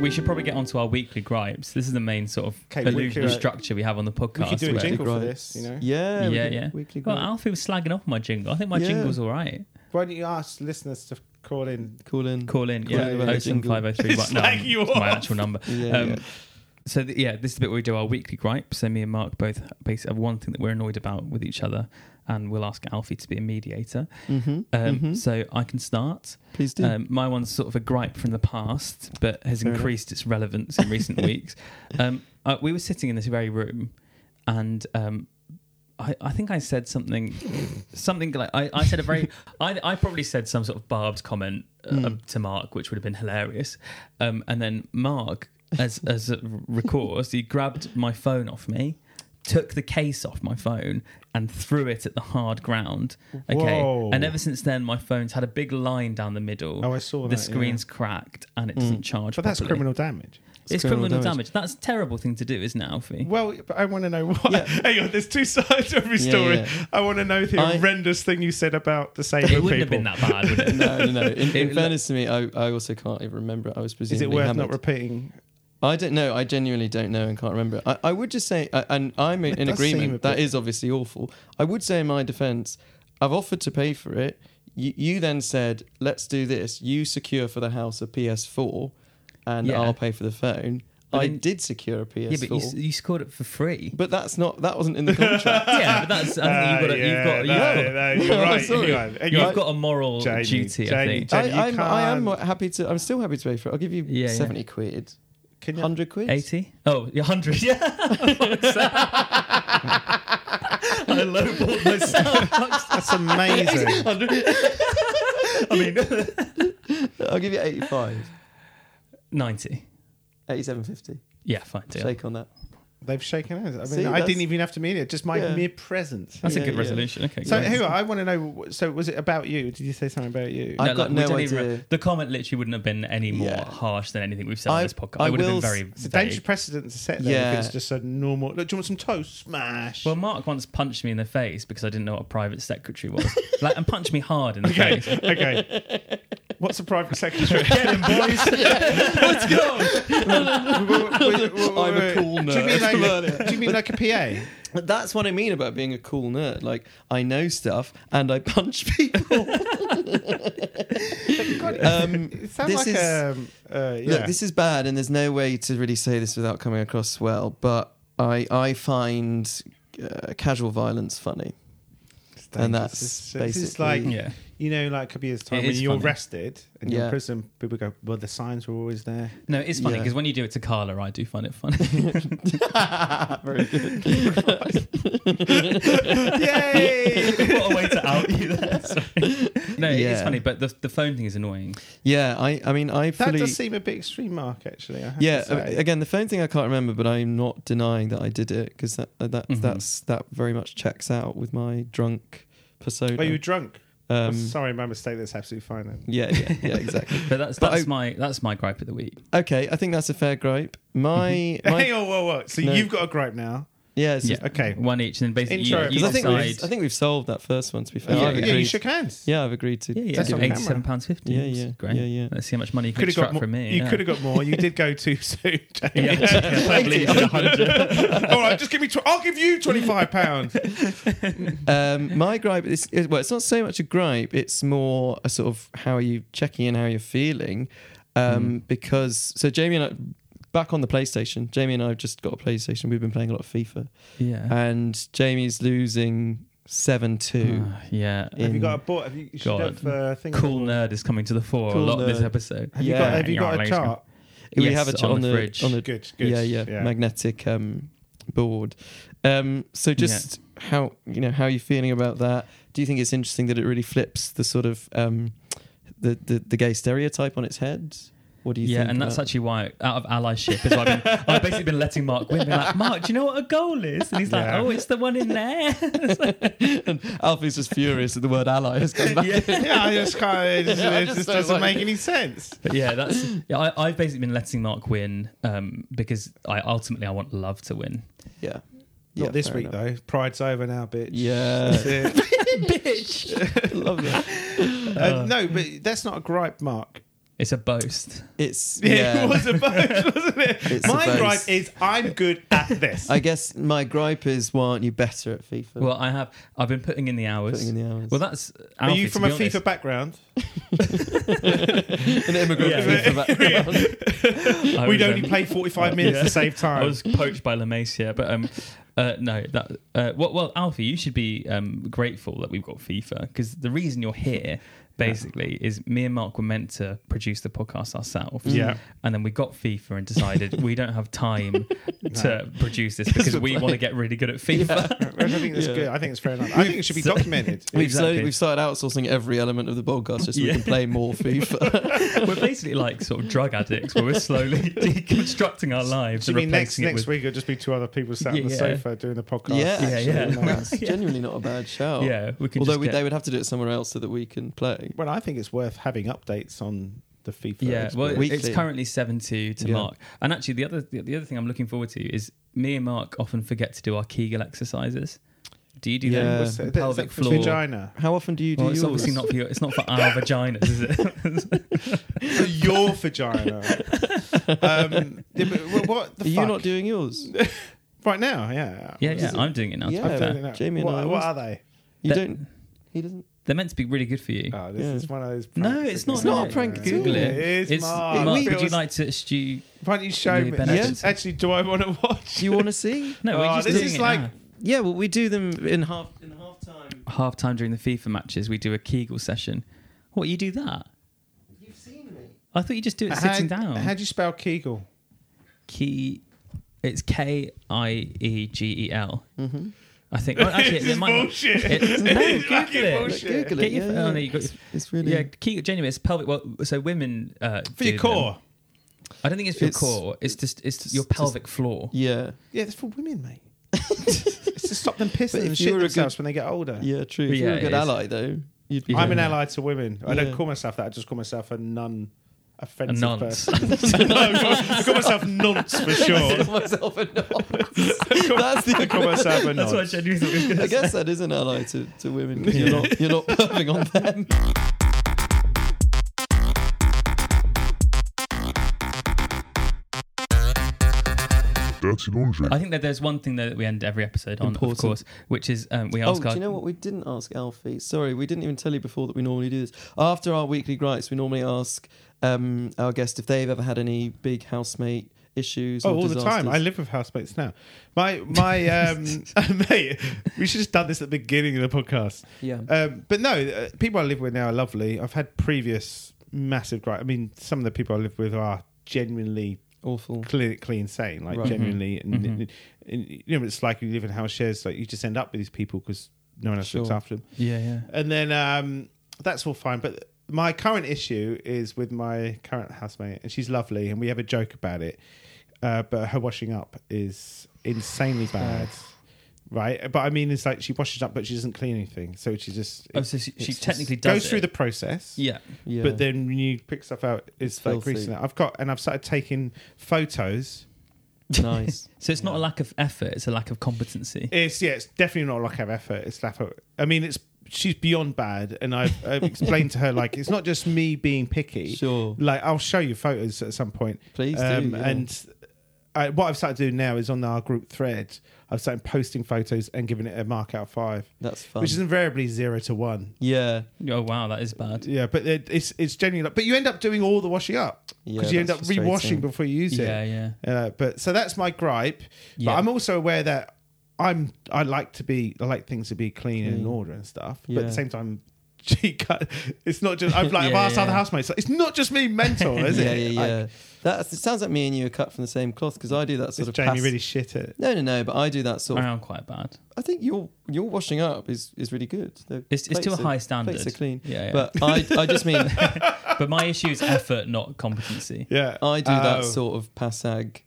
We should probably get onto our weekly gripes. This is the main sort of Okay, weekly illusionary gripe. structure we have on the podcast. could do a where- jingle. for Gripes. this, you know? Yeah. we yeah, could- yeah. Weekly Well, gripe. Alfie was slagging off my jingle. I think my Yeah. jingle's all right. Why don't you ask listeners to call in? Call in. Call in, Call yeah, Oh in yeah, about the jingle. 07503. It's no, like you it's my are. actual number. Yeah, um, yeah. So th- yeah, this is the bit where we do our weekly gripe. So me and Mark both basically have one thing that we're annoyed about with each other, and we'll ask Alfie to be a mediator. Mhm, Um, mhm. So I can start. Please do. Um, my one's sort of a gripe from the past, but has Fair enough. increased its relevance in recent weeks. Um, uh, we were sitting in this very room, and um, I, I think I said something, something like I, I said a very, I, I probably said some sort of Barb's comment uh, Hmm. to Mark, which would have been hilarious. Um, and then Mark, as as a recourse, he grabbed my phone off me. Took the case off my phone and threw it at the hard ground. Okay, Whoa. and ever since then, my phone's had a big line down the middle. Oh, I saw The that, Mm. screen's cracked and it doesn't charge. But that's properly. criminal damage. It's criminal, damage. That's a terrible thing to do, isn't it, Alfie? Well, but I want to know why. Yeah. Hang on, there's two sides to every Yeah, story. yeah. I want to know the I- horrendous thing you said about disabled it people. wouldn't have been that bad, would it? No, no, no. In, in It- fairness to me, I, I also can't even remember. I was Is presumably it worth hammered. not repeating? I don't know. I genuinely don't know and can't remember. I, I would just say, I- and I'm in It does seem a agreement, that bit- is obviously awful. I would say, in my defense, I've offered to pay for it. You, you then said, let's do this. You secure for the house a PS4 and Yeah. I'll pay for the phone. But I then- did secure a Yeah, PS4. but you, but, s- you scored it for free. that's not, that wasn't in the contract. yeah, but that's. I think you've got. Uh, A, yeah, you've got. no, you've got no, you're right. Sorry. Hang on, hang You've on. got a moral Jamie, duty, I Jamie, think. I, Jamie, you I'm, I am can't- happy to, I'm still happy to pay for it. I'll give you Yeah, yeah. 70 quid, Can you- 100 quid. 80? Oh, yeah, 100. Yeah. Fuck's sake. I lowballed myself. That's amazing. I mean, I'll give you 85, 90. 87.50. Yeah, fine. Deal. Shake on that. They've shaken hands. I mean, See, I that's- didn't even have to mean it. Just my Yeah. mere presence. That's Yeah, a good yeah. resolution. Okay. So, great. who I want to know. So, was it about you? Did you say something about you? I've got we no don't even idea. remember- the comment literally wouldn't have been any more Yeah. harsh than anything we've said I- on this podcast. I I, would have will been very It's a vague. dangerous precedent to set. There Yeah. If it's just a normal. Look, do you want some toast? Smash. Well, Mark once punched me in the face because I didn't know what a private secretary was, like, and punched me hard in the okay. face. okay. What's a private secretary? Get him, boys! Let's go. I'm I'm a a cool Do you mean nerd. like, do you mean like a PA? But that's what I mean about being a cool nerd. Like I know stuff and I punch people. Um, It sounds This like is- um, uh, yeah. Look, this is bad, and there's no way to really say this without coming across well. But I I find uh, casual violence funny. It's and dangerous. that's this, this is basically- like Yeah, you know, like a couple years time It when is you're funny. arrested and you're Yeah. in prison. People go, well, the signs were always there. no, it's funny Yeah. because when you do it to Carla, I do find it funny. Very good. Yay! what a way to out you there. Sorry. No, it is Yeah. funny, but the, the phone thing is annoying. Yeah, I I mean I That fully. does seem a bit extreme, Mark. Actually, I have yeah, To say. a- again, the phone thing I can't remember, but I'm not denying that I did it because that uh, that Mm-hmm. Mhm. that's that very much checks out with my drunk persona. oh, you were drunk. um, Sorry, my mistake. That's absolutely fine. Then. yeah, yeah, yeah, exactly. But that's But that's I- my that's my gripe of the week. Okay, I think that's a fair gripe. Mm-hmm. My, Hang my on, whoa, whoa. So No. you've got a gripe now. yeah, it's Yeah, just- Okay. one each, and then basically Intro. you, 'cause you I think decide. we've, I think we've solved that first one. To be fair, Yeah, I've yeah, agreed. you shook hands. Yeah, I've agreed to. yeah, to yeah, That's do on it. camera. eighty-seven pounds fifty. Yeah, yeah, great. yeah, yeah. Let's see how much money you can Could have extract got more. from me. you yeah. could have got more. You did go too soon. Jamie. Yeah, I believe it's a hundred. All right, just give me. Tw- I'll give you twenty five pounds. Um, my gripe is, is well, it's not so much a gripe. It's more a sort of how are you checking in, how you're feeling, um, Mm. because so Jamie and I. Back on the PlayStation, Jamie and I have just got a PlayStation. We've been playing a lot of FIFA, Uh-huh. Yeah, and Jamie's losing seven Uh-huh. two. Ah, yeah. Yeah. Have you got a board? Have you, you should God. have uh, thing Cool nerd is coming to the fore Cool a lot this nerd. episode. Have you Yeah. got? Have you got a Yeah. chart? we Yes, have a ch- on on the the, fridge. on the Good. Good. yeah, yeah, magnetic um, board. Um, so just how you know how are you feeling about that? Do you think it's interesting that it really flips the sort of um, the, the the gay stereotype on its head? What do you Yeah, think? and that's about- actually why out of allyship is why I've, been, I've basically been letting Mark win. Being like, Mark, do you know what a goal is? And he's Yeah. like, Oh, it's the one in there. Alfie's just furious that the word ally has come back. yeah. yeah, I just can't. It just, I it just just don't doesn't like make any sense. But yeah, that's yeah. I, I've basically been letting Mark win um, because I ultimately I want love to win. yeah. Not this week though. Pride's over now, bitch. That's Yeah, it. Bitch, love that. Uh, no, but that's not a gripe, Mark. it's a boast. It's Yeah, yeah. it was a boast, wasn't it? It's a My boast. gripe is I'm good at this. I guess my gripe is why aren't you better at FIFA? Well, I have. I've been putting in the hours. Putting in the hours. Well, that's. Are Alfie, you to from be a honest. FIFA background? an immigrant Yeah. FIFA background. I We'd was, only um, play 45 minutes to save time. I was poached by Lamacia, but um, uh, no, that uh, well, well, Alfie, you should be um, grateful that we've got FIFA because the reason you're here basically is me and Mark were meant to produce the podcast ourselves. Yeah. and then we got FIFA and decided we don't have time to produce this because we want to get really good at FIFA. I think that's Yeah. good. I think it's fair enough. I think it should be documented. We've Exactly. slowly, we've started outsourcing every element of the podcast just so Yeah. we can play more FIFA. we're basically like sort of drug addicts where we're slowly deconstructing our lives Do you and mean next replacing it next with week it'll just be two other people sat on the Yeah. sofa doing the podcast? yeah, Yeah, actually, yeah. no, that's genuinely not a bad shout. yeah. We can Although just we, get- they would have to do it somewhere else so that we can play. Well, I think it's worth having updates on the FIFA. Yeah, well, experience. Weekly. it's currently seven two to Yeah. Mark. And actually, the other the, the other thing I'm looking forward to is me and Mark often forget to do our Kegel exercises. Do you do Yeah. that? What's that? pelvic That's floor. Vagina. How often do you do Well, it's yours? obviously not for your, it's not for our vaginas, is it? For your vagina. Um, yeah, but wh- what the Are fuck? you not doing yours? right now, yeah. yeah, I'm yeah. just- I'm doing it now. Yeah. To be I'm fair. doing that. Jamie and I what, what was- are they? You That- don't. He doesn't. They're meant to be really good for you. Oh, this Yeah. is one of those. No, pranks, it's isn't not, It's not a it? prank, Yeah. Google it. It is, It's Mark. Mark. We- would you like to stew? Why don't you show Really me? benefits. Yeah. Actually, do I want to watch? Do you want to see? No, we're Oh, just this doing is it like- now. Yeah, well, we do them in half in half time. half time during the FIFA matches, we do a Kegel session. What you do that? You've seen me. I thought you just do it sitting how, down. How do you spell Kegel? Key, it's K I E G E L. hmm I think. Well, actually, This it is might not. bullshit. It- no, This is Google fucking it. bullshit. Google it. Get your yeah, phone- yeah. oh, no, you got your- It's- it's really. Yeah, Kegel. Genuinely, it's pelvic. Well, so women uh, do For your them. core. I don't think it's for It's- your core. It's just it's just- your just- pelvic floor. Yeah. Yeah, it's for women, mate. it's to stop them pissing if and you shit were a good- themselves when they get older. Yeah, true. But if you're yeah, a it good is. ally, though, you'd be. I'm an ally to women. I Yeah. don't call myself that. I just call myself a non offensive A nonce. person. no, I call- I call myself nonce for sure. myself a That's I the. call myself a That's what I nonce. genuinely thought was I going to guess that is an ally to, to women. 'cause You're not you're not perving on them. Dirty Laundry. I think that there's one thing though that we end every episode on, Important. of course, which is um, we Oh, ask do our you know what we didn't ask Alfie? Sorry, we didn't even tell you before that we normally do this. After our weekly gripes, we normally ask um, our guest if they've ever had any big housemate issues. Oh, or all the time. I disasters. live with housemates now. My my um mate, we should have done this at the beginning of the podcast. Yeah. Um, but no, uh, people I live with now are lovely. I've had previous massive gripe. I mean, some of the people I live with are genuinely Awful. clinically insane, like Right. Mhm. genuinely. And, Mhm. and- and, you know, it's like you live in house shares, like you just end up with these people because no one else looks Sure. after them. yeah yeah. And then um, that's all fine. But my current issue is with my current housemate, and she's lovely, and we have a joke about it. Uh, but her washing up is insanely bad. Right, but I mean, it's like she washes up, but she doesn't clean anything, so she just Oh, so she, she it's- technically does goes it. through the process. yeah. Yeah. But then when you pick stuff out, it's, It's like filthy. greasy. now. I've got and I've started taking photos. nice. So it's not a lack of effort; it's a lack of competency. It's yeah, it's definitely not a lack of effort. It's lack of. I mean, it's she's beyond bad, and I've, I've explained to her like it's not just me being picky. Sure. Like I'll show you photos at some point. Please do, Um, yeah. And I, what I've started doing now is on our group thread, I've started posting photos and giving it a mark out of five, That's fun. which is invariably zero to one. yeah. Oh wow, that is bad. Yeah, but it, it's it's genuinely. But you end up doing all the washing up Yeah, because you end up that's rewashing frustrating. before you use it. Yeah yeah. Uh, but so that's my gripe. Yeah. But I'm also aware that I'm I like to be I like things to be clean and in order and stuff. But Mm. Yeah. at the same time, gee, cut- it's not just I've like Yeah, I've asked yeah. other housemates. like, It's not just me mental, is yeah, it? yeah, Like, yeah. That's, it sounds like me and you are cut from the same cloth because I do that sort this of. Jamie pass- really Uh-huh. shit at. No, no, no. But I do that sort I of. am quite bad. I think your your washing up is, is really good. The It's, it's to a plates are- high standard. Plates are clean. Yeah, yeah. But, But I, I just mean my issue is effort, not competency. Yeah, I do that Oh. sort of passag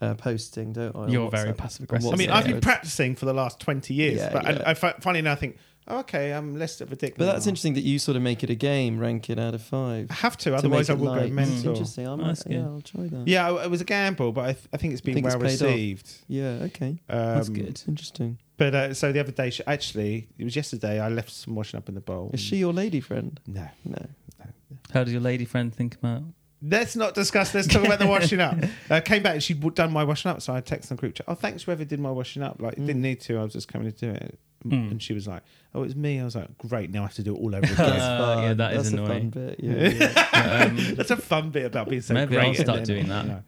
uh, posting, don't I? on You're very WhatsApp? passive On aggressive. I mean, WhatsApp, I've yeah. been practicing for the last twenty years, Yeah, but yeah. I, I fi- finally now I think, oh, okay, I'm less of a dick. But now. that's interesting that you sort of make it a game, rank it out of five. I have to, to Ah, otherwise I make it will light. go It's mental. Interesting. I That's might, yeah, good. I'll try that. Yeah. Yeah, it was a gamble, but I, th- I think it's been think it's well paid off. received. Okay. Um, That's good. It's interesting. But uh, so the other day, she, actually, it was yesterday. I left some washing up in the bowl. Is she your lady friend? No, No. How does your lady friend think about? let's not discuss. Let's talk about the washing up. I came back and she'd w- done my washing up, so I texted the group chat. Oh, thanks whoever did my washing up. Like, it didn't need to. I was just coming to do it. Mm. And she was like, "Oh, it's me." I was like, "Great, now I have to do it all over That's again." Uh, yeah, fun. that is That's a annoying. fun bit. Yeah, yeah. Um, That's a fun bit about being so Maybe great. I'll start and doing that.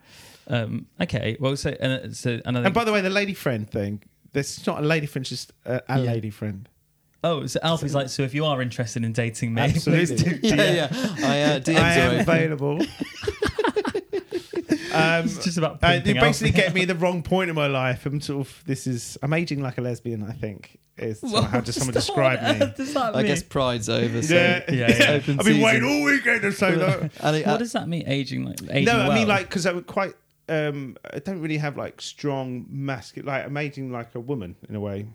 um, okay. Well, so and uh, so another. And by the way, the lady friend thing. There's not a lady friend, it's just a, a Yeah. lady friend. oh, so Alfie's like, so if you are interested in dating me, Absolutely. please do. yeah, yeah. I, uh, DMs I am are open. available. um, It's just about Uh, they pimping out. basically get me the wrong point in my life. I'm sort of this is I'm aging like a lesbian. I think is Well, how does someone what describe on me? earth Does that I mean? guess pride's over. So Yeah, yeah, yeah. yeah. I've Open been season. waiting all weekend or so. though. And it- what does that mean? Aging like aging no, I well? mean like because I would quite. Um, I don't really have like strong masculine. Like I'm aging like a woman in a way.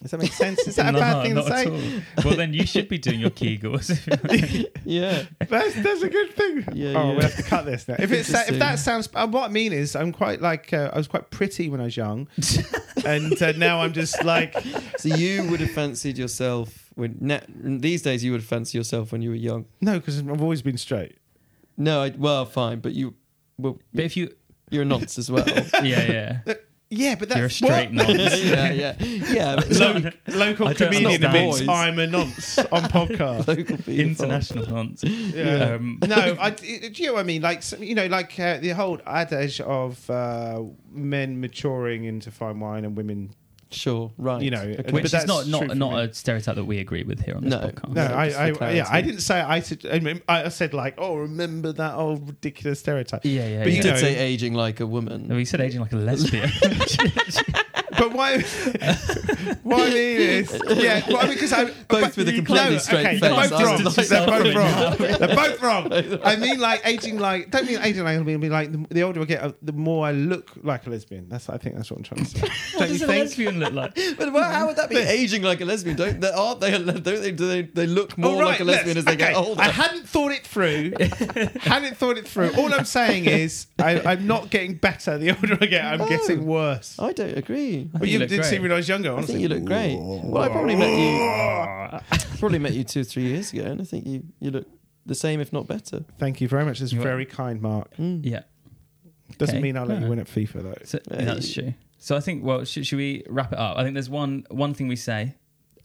Does that make sense? Is that a No, bad thing to not at say? all. Well, then you should be doing your Kegels. Yeah. That's, that's a good thing. Yeah, oh, yeah. we have to cut this now. If it's if Interesting. that sounds, uh, what I mean is, I'm quite like uh, I was quite pretty when I was young, and uh, now I'm just like So you would have fancied yourself when na- these days you would fancy yourself when you were young. no, because I've always been straight. No, I, well, fine, but you, well, but if you, you're a nonce as well. yeah, yeah, Yeah, but that's you're a straight nonce. yeah, yeah, yeah. but What? Lo- local I don't comedian understand. admits Boys. I'm a nonce on podcast. local people. International nonce. Yeah. Um, no, I, do you know what I mean? Like, some- you know, like uh, the whole adage of uh, men maturing into fine wine and women. Sure, right. You know, which is that's not true not for not me. a stereotype that we agree with here on this No. podcast. No, Yeah, I, just I, for yeah, I clarity. didn't say I. Said, I mean, I said like, oh, remember that old ridiculous stereotype. Yeah, yeah. But yeah. you know- did say aging like a No, woman. you said aging like a lesbian. But why? why I mean is, yeah, well, I mean, because I Both with a you- completely no, straight okay, face. They're both I wrong. was just They're both suffering. wrong. They're both wrong. I mean, like aging, like don't mean aging like I mean, like the, the older I get, uh, the more I look like a lesbian. That's I think that's what I'm trying to say. what don't you does a think? lesbian look like? But wha- how would that be aging like a lesbian? Don't they, aren't they? a le- Don't they? Do they, they look more All Oh, right, like a lesbian let's- as they get okay, older? I hadn't thought it through. hadn't thought it through. All I'm saying is I, I'm not getting better the older I get. I'm No. getting worse. I don't agree. I But think you look did see great. me when I was younger. I Honestly, think you look great. Well, I probably met you. Probably met you two, three years ago, and I think you you look the same, if not better. Hmm. Thank you very much. That's You're very kind, Mark. Yeah, Doesn't Okay. mean I'll let you Uh-huh. win at FIFA though. so, Yeah, that's you- true. So I think. Well, should, should we wrap it up? I think there's one one thing we say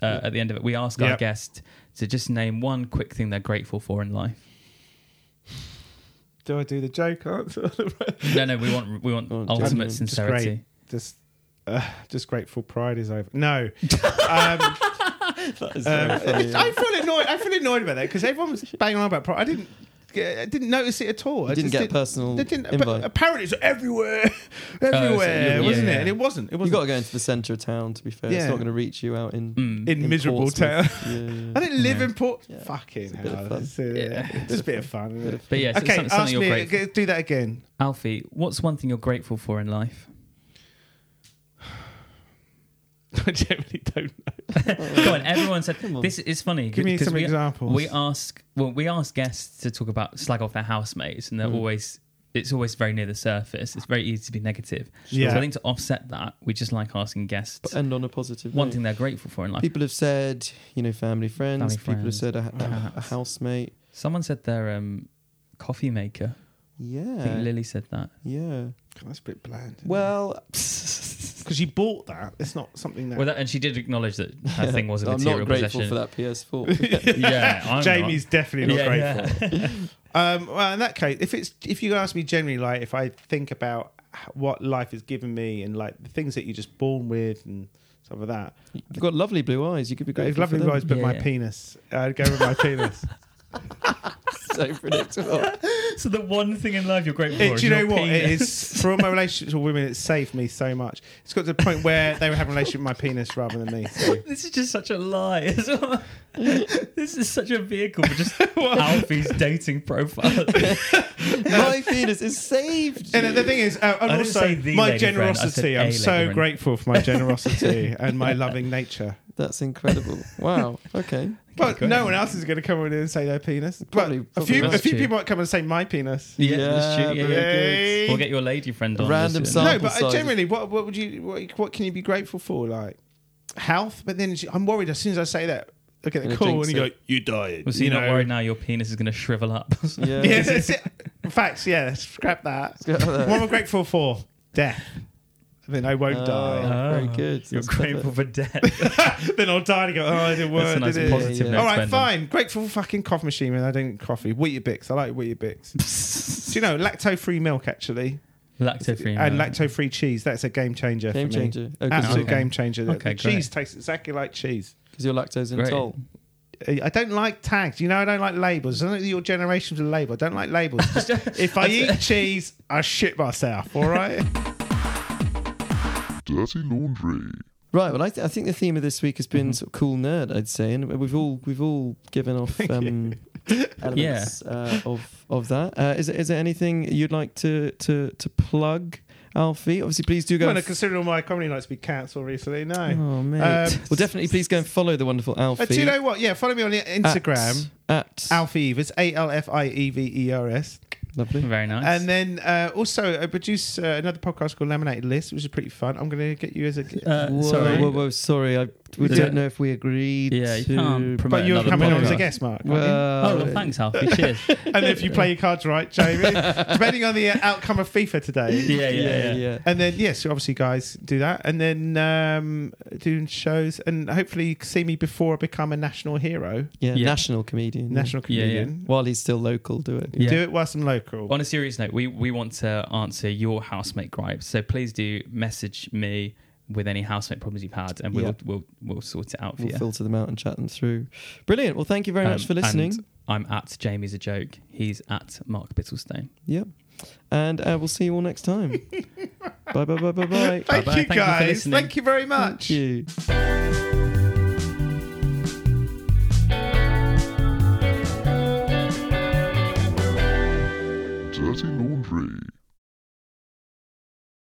uh, at the end of it. We ask our Yep. guest to just name one quick thing they're grateful for in life. Do I do the joke answer? No, no, we want we want Oh, ultimate just- just sincerity. just, uh, just grateful pride is over. No, um, That is um, I feel annoyed. I feel annoyed about that because everyone was banging on about pride. I didn't. I didn't notice it at all. I didn't just get a personal they didn't- invite. But apparently, it's everywhere, yeah, everywhere, wasn't yeah. it? And it wasn't. It You've got to wasn't go into the centre of town. To be fair, it's Yeah. not going to reach you out in. Mm. in, miserable town. Portsmouth. Yeah, yeah. I didn't live Yeah. in Port. Yeah. Fucking a bit of hell, fun. it's uh, Yeah. it's a bit of fun. Isn't it? But yeah, so it's Okay, something, ask something me. you're grateful. g- Do that again. Alfie, what's one thing you're grateful for in life? I generally don't. Come on, everyone said Come on. this is funny. Oh. Give me because some we, examples. We ask well, we ask guests to talk about slag off their housemates, and they're always it's always very near the surface. It's very easy to be negative. Yeah. So I think to offset that, we just like asking guests But uh, end on a positive. one note. thing they're grateful for in life. People have said, you know, family, friends. Family, people friends, have said a, a, a cats. housemate. Someone said their um, coffee maker. I think Yeah, Lily said that. yeah. That's a bit bland. Well, because you bought that, it's not something that. Well, that, and she did acknowledge that her thing was a I'm material not grateful possession. for that PS4. yeah, I'm Jamie's definitely not Yeah, grateful. Um, well, in that case, if it's if you ask me generally, like if I think about h- what life has given me and like the things that you're just born with and stuff like that, You've got lovely blue eyes. You could be it's grateful. lovely for them. guys, but my Yeah. penis, I'd go with my penis. so predictable. not. So the one thing in life you're grateful It- for. do you know what? It is for all my relationships with women, it saved me so much. It's got to the point where they were having a relationship with my penis rather than me. So. This is just such a lie. as well. this is such a vehicle for just Alfie's dating profile. my penis is saved. And the thing is, uh, and I didn't also say the my lady friend, I said generosity. a I'm lady so friend. grateful for my generosity and my loving nature. That's incredible. Wow. Okay. But no one else is going to come in and say their penis. Probably- but probably a few, not. a few people might come and say my penis. Yeah, that's true, yeah, very yeah. good. Hey. We'll get your lady friend on. Random this, sample no, but uh, size. generally, what what would you what, what can you be grateful for? Like health, but then she- I'm worried as soon as I say that, I get Gonna the call jinx and you go, it. "You died." Well, so you you're not worried now your penis is going to shrivel up. Yeah. Yeah, that's it. Facts. Yeah, scrap that. Go what there. am I grateful for? Death. Then I Uh, won't Oh. die. Very good. Ah, You're That's grateful for death. then I'll die and go, oh, I did work. That's a nice did it?" positive Yeah, yeah. note All to right, end on. fine. Grateful fucking coffee machine, man. I don't eat coffee. Wheatie Bix. I like Wheatie Bix. Do you know lacto free milk actually, Lacto-free. and milk. lacto free cheese? That's a game changer. Game for me. changer. Oh, 'cause Absolute you're- Okay. game changer. The- Okay, the great. cheese tastes exactly like cheese. because you're lactose Great. intolerant. Uh, I don't like tags. You know, I don't like labels. I don't think your generation's a label. I don't like labels. Just- if I eat cheese, I shit myself. All right. Dirty Laundry. Right. Well, I, th- I think the theme of this week has Mm-hmm. been sort of cool nerd. I'd say, and we've all we've all given off um, elements uh, of of that. Uh, is there- is there anything you'd like to to to plug? Alfie. Obviously, please do go. Well, and no, considering all my comedy nights been cancelled recently, no. Oh mate. Um, well, definitely please go and follow the wonderful Alfie. Uh, do you know what? Yeah, follow me on the at- Instagram, Oh, at, Alfie Eve. It's A L F I E V E R S. lovely. Very nice. And then uh, also, I produce uh, another podcast called Laminated List, which is pretty fun. I'm going to get you as a. Uh, Whoa, sorry. whoa, whoa, sorry. I, we Yeah. don't know if we agreed. Yeah, you to- can't promote but you're another coming on as a podcast. guest, Mark. aren't you? Well, Oh, well, thanks, Alfie. Cheers. and if you play your cards right, Jamie, depending on the uh, outcome of FIFA today. Yeah, yeah, yeah. And then, yes, obviously, guys, do that. And then um, doing shows, and hopefully, you can see me before I become a national hero, Yeah, Yeah. national comedian. Mm. yeah. national Yeah, yeah. comedian. While he's still local, do it. Yeah. Do it whilst I'm local. On a serious note, we, we want to answer your housemate gripes. So please do message me with any housemate problems you've had, and we'll Yeah. we'll, we'll sort it out for We'll you. filter them out and chat them through. Brilliant. Well, thank you very Um, much for listening. and I'm at Jamie's a joke. He's at Mark Bittlestone. Yep. And uh, we'll see you all next time. bye, bye, bye, bye, bye. Thank Bye-bye. you, Thank you for guys. listening. Thank you very much. Thank you.